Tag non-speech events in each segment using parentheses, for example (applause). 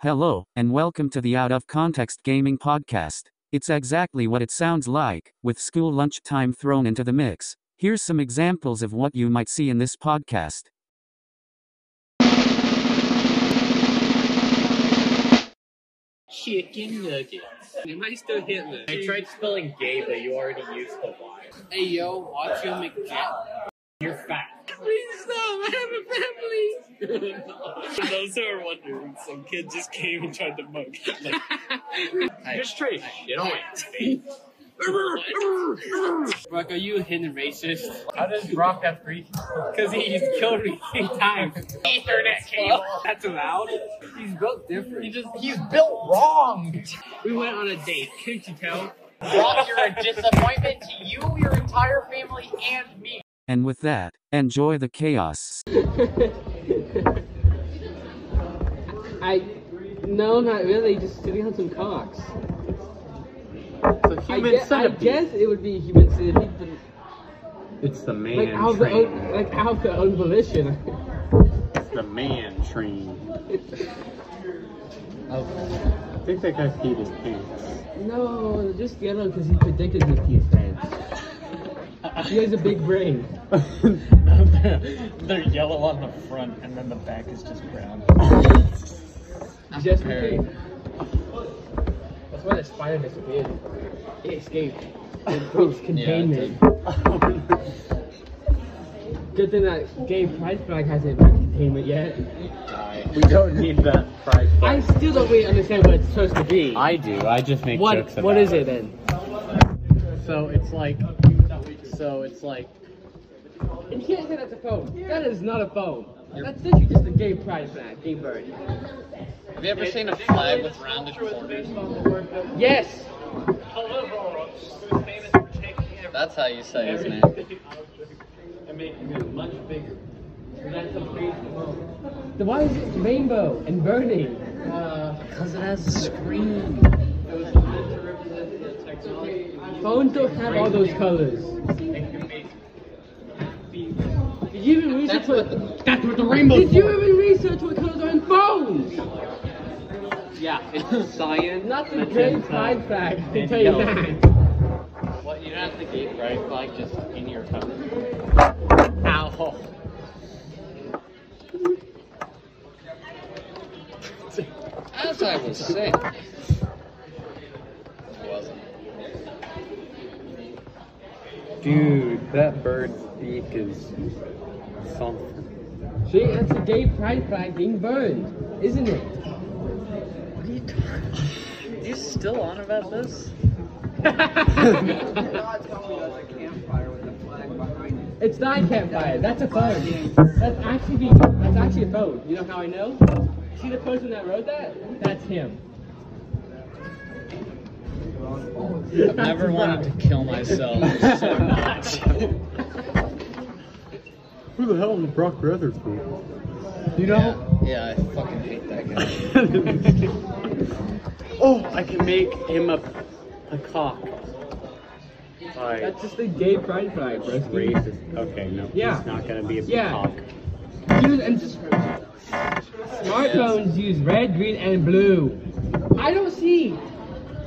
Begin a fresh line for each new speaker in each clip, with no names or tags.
Hello, and welcome to the Out of Context Gaming Podcast. It's exactly what it sounds like, with school lunchtime thrown into the mix. Here's some examples of what you might see in this podcast.
Shit, get nugget. Am I still Hitler?
I tried spelling gay, but you already used the Y.
Hey yo, watch your McJet.
You're fat.
Please stop, I have a family.
For those who are wondering, some kid just came and tried to mug. Like,
Just try shit on
Brock, are you a hidden racist?
How does Brock have three?
Because he's killed me three times. Ethernet cable. That's allowed? He's built different. He just,
He's built wrong.
we went on a date, couldn't you tell?
Brock, you're a disappointment to you, your entire family, and me.
And with that, enjoy the chaos.
(laughs) I no, not really. Just sitting on some cocks.
It's a
I, gue- I guess it would be human centipede, but
It's the man
like out the
train.
own, like out the own volition. (laughs)
It's the man train. I think that guy peed his pants. (laughs)
no, just get on because he predicted he peed pants. He has a big brain.
They're yellow on the front, and then the back is just brown.
Just prepared. That's why the spider disappeared. It (laughs) escaped. It broke containment. Good thing that game price flag hasn't been containment yet.
we don't need that prize.
I still don't really understand what it's supposed to be.
I do. I just make
what what is it then?
So it's like, so it's like,
You can't say that's a phone. That is not a phone. That's literally just a gay pride flag, gay bird.
have you ever seen a flag with rounded corners?
Yes.
That's how you say his name.
Then why is it rainbow and burning? Uh,
Because it has a screen.
Phones don't have all those colors. Did you even research what?
That's what the rainbow.
Did you even research what colors are in phones?
Yeah, it's science.
Not the gay pride flag. I can tell you
yellow.
that.
What you don't have to get right flag just in your phone. Ow. As I was saying. Wasn't.
Dude, that bird's beak is something. (laughs)
See, that's a gay pride flag being burned, isn't it?
What are you talking? Are you still on about this?
(laughs) It's not a campfire. That's a phone. That's actually being, that's actually a phone. You know how I know? See the person that wrote that? That's him.
I've never wanted to kill myself
Oh,
so much.
Who the hell is Brock Rutherford?
You know? Yeah, I fucking hate that guy.
(laughs) oh, I can make him a, a cock. Alright.
That's just a gay pride flag, bro.
Racist. Okay, no.
Yeah.
He's not gonna be a
Yeah.
cock.
Use and Smartphones use red, green, and blue. I don't see.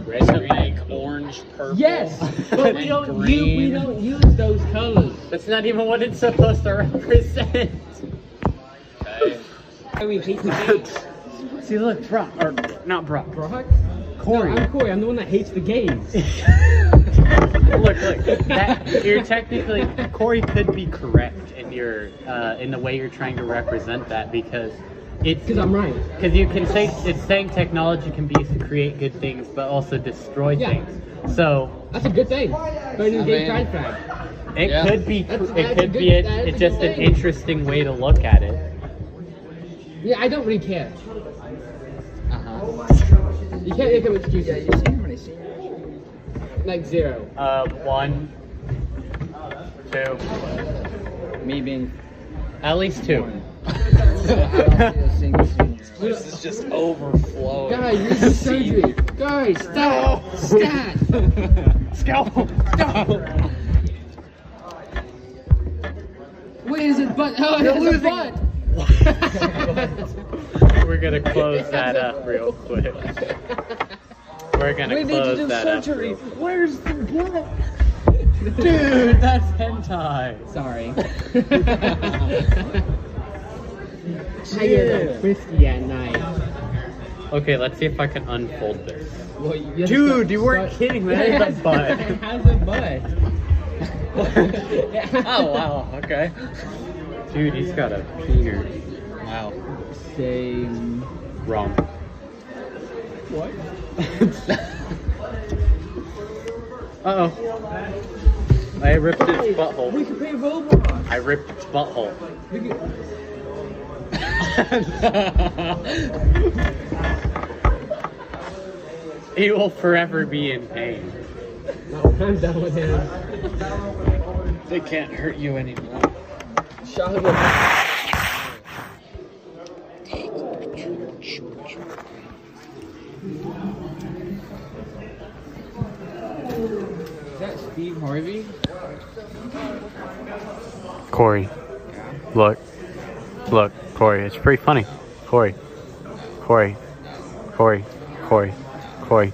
Red, green, orange, purple. (laughs)
Yes, but we
and
don't use,
green.
we don't use those colors.
That's not even what it's supposed to
(laughs)
represent.
I mean, (laughs) hate the
See, look, Brock. Or, not Brock.
Brock?
Corey.
I'm Corey. I'm the one that hates the gays.
look, look. That, you're technically Corey could be correct in your uh, in the way you're trying to represent that because it's
Because I'm right.
because you can say it's saying technology can be used to create good things but also destroy
Yeah.
things. So
That's a good thing. Burning a gay pride flag.
it
Yeah.
could be
That's-
it
that's a
could
good-
be a,
that's a
it's just
good
an
thing.
interesting way to look at it.
Yeah, I don't really care.
Uh-huh.
You can't make up excuses. Yeah, you've seen how many Like zero.
Uh, one, two,
Me being.
at least two.
This is just overflowing.
Guys, you need surgery. Guys, stop. Stop.
Scalpel.
What is it? But oh, it has a butt.
(laughs) We're gonna close that up real quick. We're gonna
We need to
close
do
that
surgery.
up.
Where's the blood?
real- Dude, that's hentai.
Sorry. I
Yeah.
get frisky at night.
(laughs) Okay, let's see if I can unfold this.
Well, you just
Dude,
don't
you weren't
start-
kidding, man. That is a butt.
(laughs) it has a butt.
(laughs) oh wow, okay. Dude, he's got a peener.
Wow.
Same.
Wrong. (laughs)
What?
Uh oh. I ripped its
We
butthole.
can play Roblox.
I ripped its butthole. (laughs)
We can...
he will forever be in pain.
No, (laughs) I'm done with him.
They can't hurt you anymore.
Shot him with. Is that Steve Harvey?
Corey, look, look, Corey, it's pretty funny. Corey, Corey, Corey, Corey, Corey,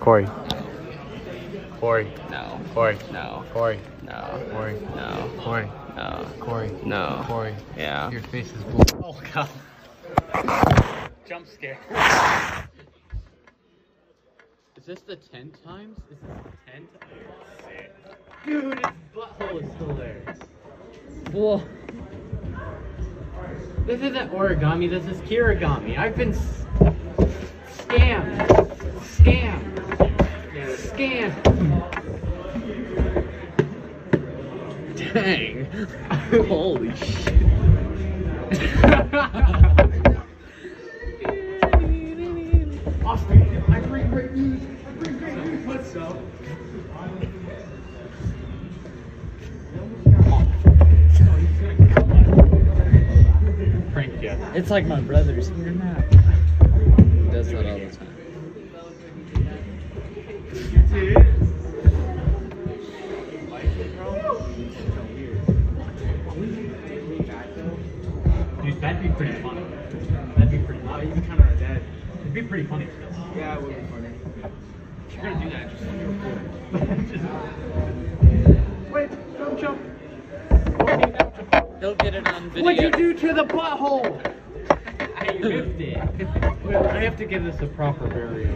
Corey, Corey,
No.
Corey,
No.
Corey,
No.
Corey,
No.
Corey,
No.
Corey,
No.
Corey.
Yeah.
Your face is blue. Oh god.
Jump scare.
Is this the ten times? Is this the ten times? Dude, its butthole is still there.
Well,
This isn't origami, this is kirigami. I've been s- scammed. Scammed. Scammed. Dang. (laughs) Holy shit. (laughs) Austin, I bring great news. I bring great news. What's up? Prank you.
It's like my brother's. You're not.
does that all the time. Dude, that'd be pretty funny. That'd be pretty funny. He's kind of dead. It'd be pretty funny.
yeah, it would be funny.
If you're gonna do that, just let me record. (laughs) Wait, don't jump.
He'll get it on video.
What'd you do to the butthole? (laughs) I ripped it. Well, I have to give this a proper burial.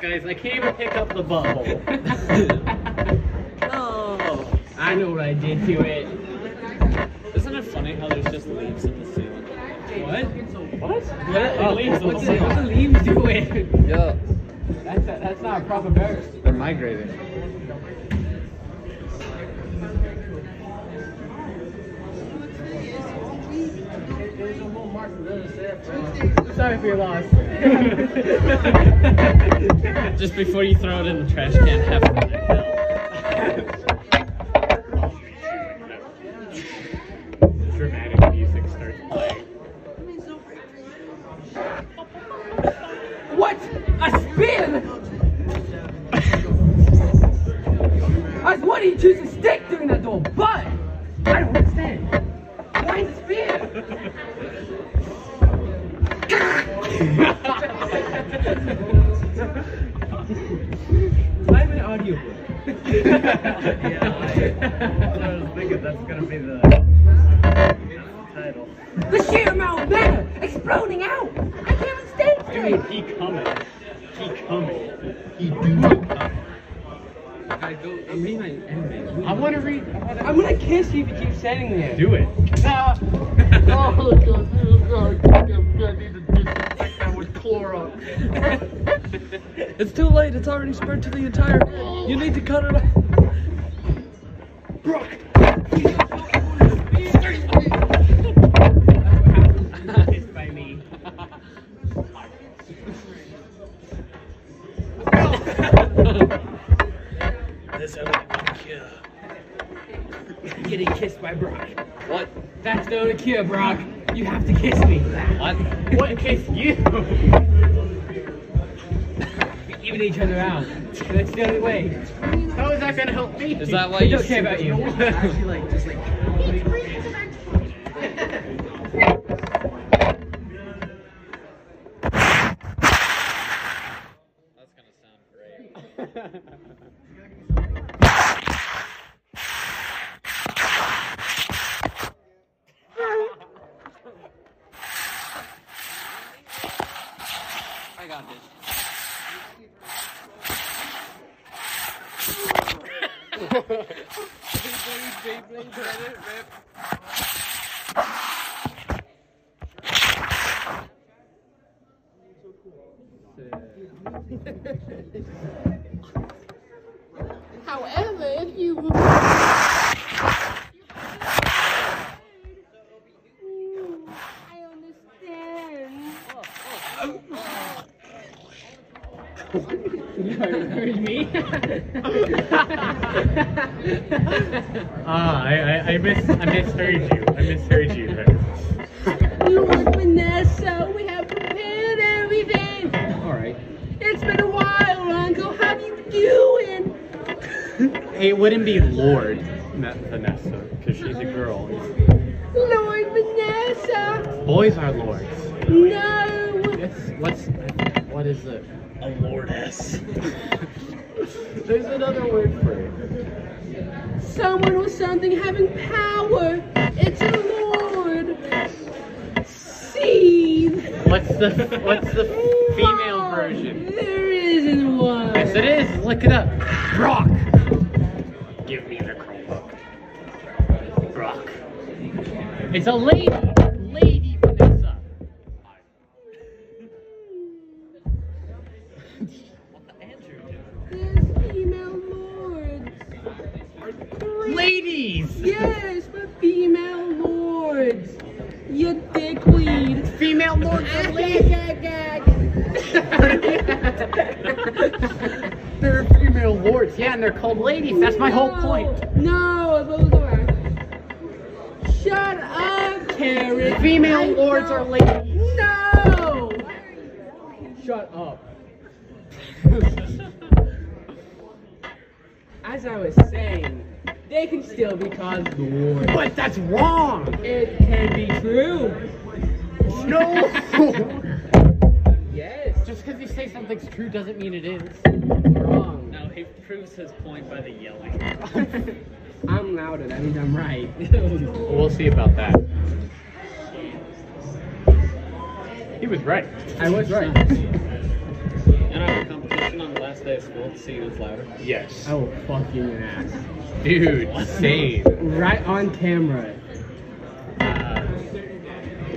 Guys, I can't even pick up the butthole.
No.
I know what I did to it.
Isn't it funny how there's just leaves in the ceiling?
What?
(laughs) what?
What?
Oh, leaves
what's
on
the what's
the
the
butthole.
leaves doing? (laughs)
Yeah.
That's that's not a proper bear.
They're migrating.
Sorry for your loss.
Just before you throw it in the trash can, have fun. Dramatic music starts playing.
What? A spin? I, why do you choose a stick during that door? But I don't understand. Why is it spin? Why am I audible?
I was thinking that's gonna be the that's the title.
The sheer amount of matter exploding out. I can't even stand
Dude, he coming. He coming. He do come.
I don't. I'm reading my anime.
I want to read. I wanna...
I'm gonna kiss you if you keep standing there.
Do it.
(laughs) It's too late. It's already spread to the entire. You need to cut it off.
This other kid.
Getting kissed by Brock. What? That's no to cure, Brock. You have to kiss me.
What? What kiss you?
We even each other out. That's the only way.
How is that gonna help me?
Is that why
I
you
don't care about you.
(laughs) I got this.
However, if you would. I understand.
Ah, I, I, I mis I misheard you. I misheard you. There.
You work with NASA. We have prepared everything.
All right.
It's been a while, Uncle. How you doing?
It wouldn't be Lord Ma- Vanessa because she's a girl.
Lord Vanessa.
Boys are lords.
No.
It's, what's what is it? A lordess. (laughs) There's another word for it.
Someone or something having power. It's a lord. Steve.
What's the what's the female
Mom,
version?
There isn't one.
Yes, it is. Look it up. Brock. Give me the Chromebook. Brock. It's a lady. Lady Vanessa.
There's female lords.
Ladies.
Yes, but female lords. You dickweed.
Female lord.
Gag, gag, gag.
(laughs) They're female lords. Yeah, and they're called ladies. That's my whole
No,
point.
No, those are. Shut up, Karen.
Female
I
lords
know.
are ladies.
No.
Shut up. As I was saying, they can still be called lords.
But that's wrong.
It can be true.
No.
(laughs) Yes.
Just because you say something's true doesn't mean it is.
Wrong.
No, he proves his point by the yelling.
(laughs) I'm louder. That means I'm right. (laughs)
We'll see about that. He was right.
I was right.
And I have a competition on the last day of school to see who's louder.
Yes.
I will fuck you in the Oh, ass.
Dude, same.
Right on camera.
Uh,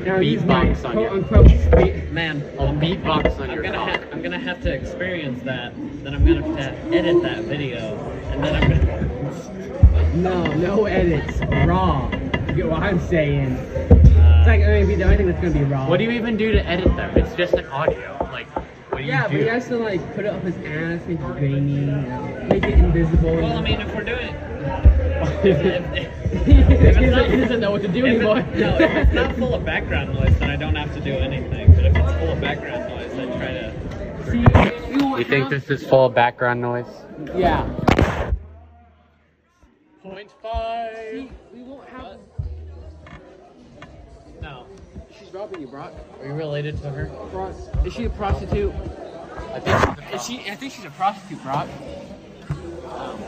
Now
Beatbox
use my
on
quote
you.
unquote speed.
Man,
I'll beatbox on
I'm
your
gonna
cock.
ha- I'm gonna have to experience that. Then I'm gonna have to edit that video, and then I'm gonna.
No, no edits. Raw. You get what I'm saying? It's
Uh,
like gonna be the only thing that's gonna be raw.
What do you even do to edit them? It's just an audio. Like, what do you
Yeah,
do?
but you have to like put it up his ass, make it grainy, you know, make it invisible.
well, I mean, if we're doing.
(laughs)
if-
(laughs) he, doesn't,
not-
he doesn't know what to do
if it-
anymore.
(laughs) no, if it's
(laughs)
not full of background noise, then I don't have to do anything. But if it's full of background noise, I try to.
See, you,
You think
have-
this is full of background noise?
Yeah.
Point five.
See, we won't have.
No.
She's robbing you, Brock.
Are you related to her?
Brock. Is she a prostitute?
I think she's a
Is she? I think she's a prostitute, Brock.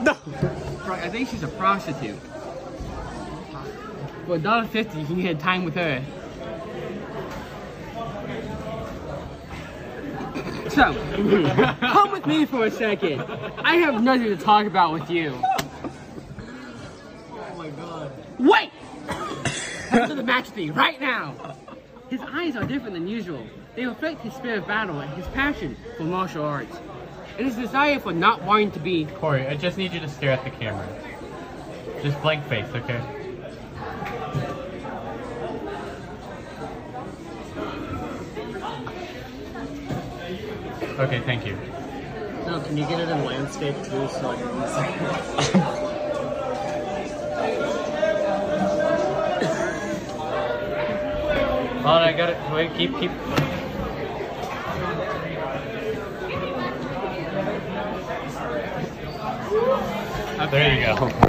No. Brock, I think she's a prostitute. For dollar fifty, you can get time with her. So, (laughs) come with me for a second. I have nothing to talk about with you. Oh my Oh god. Wait! Come to the match thing right now. His eyes are different than usual. They reflect his spirit of battle and his passion for martial arts, and his desire for not wanting to be.
Corey, I just need you to stare at the camera. Just blank face, okay? Okay, thank you.
No, can you get it in landscape too? So I can
Hold on, I got it. Wait, keep, keep. There you go.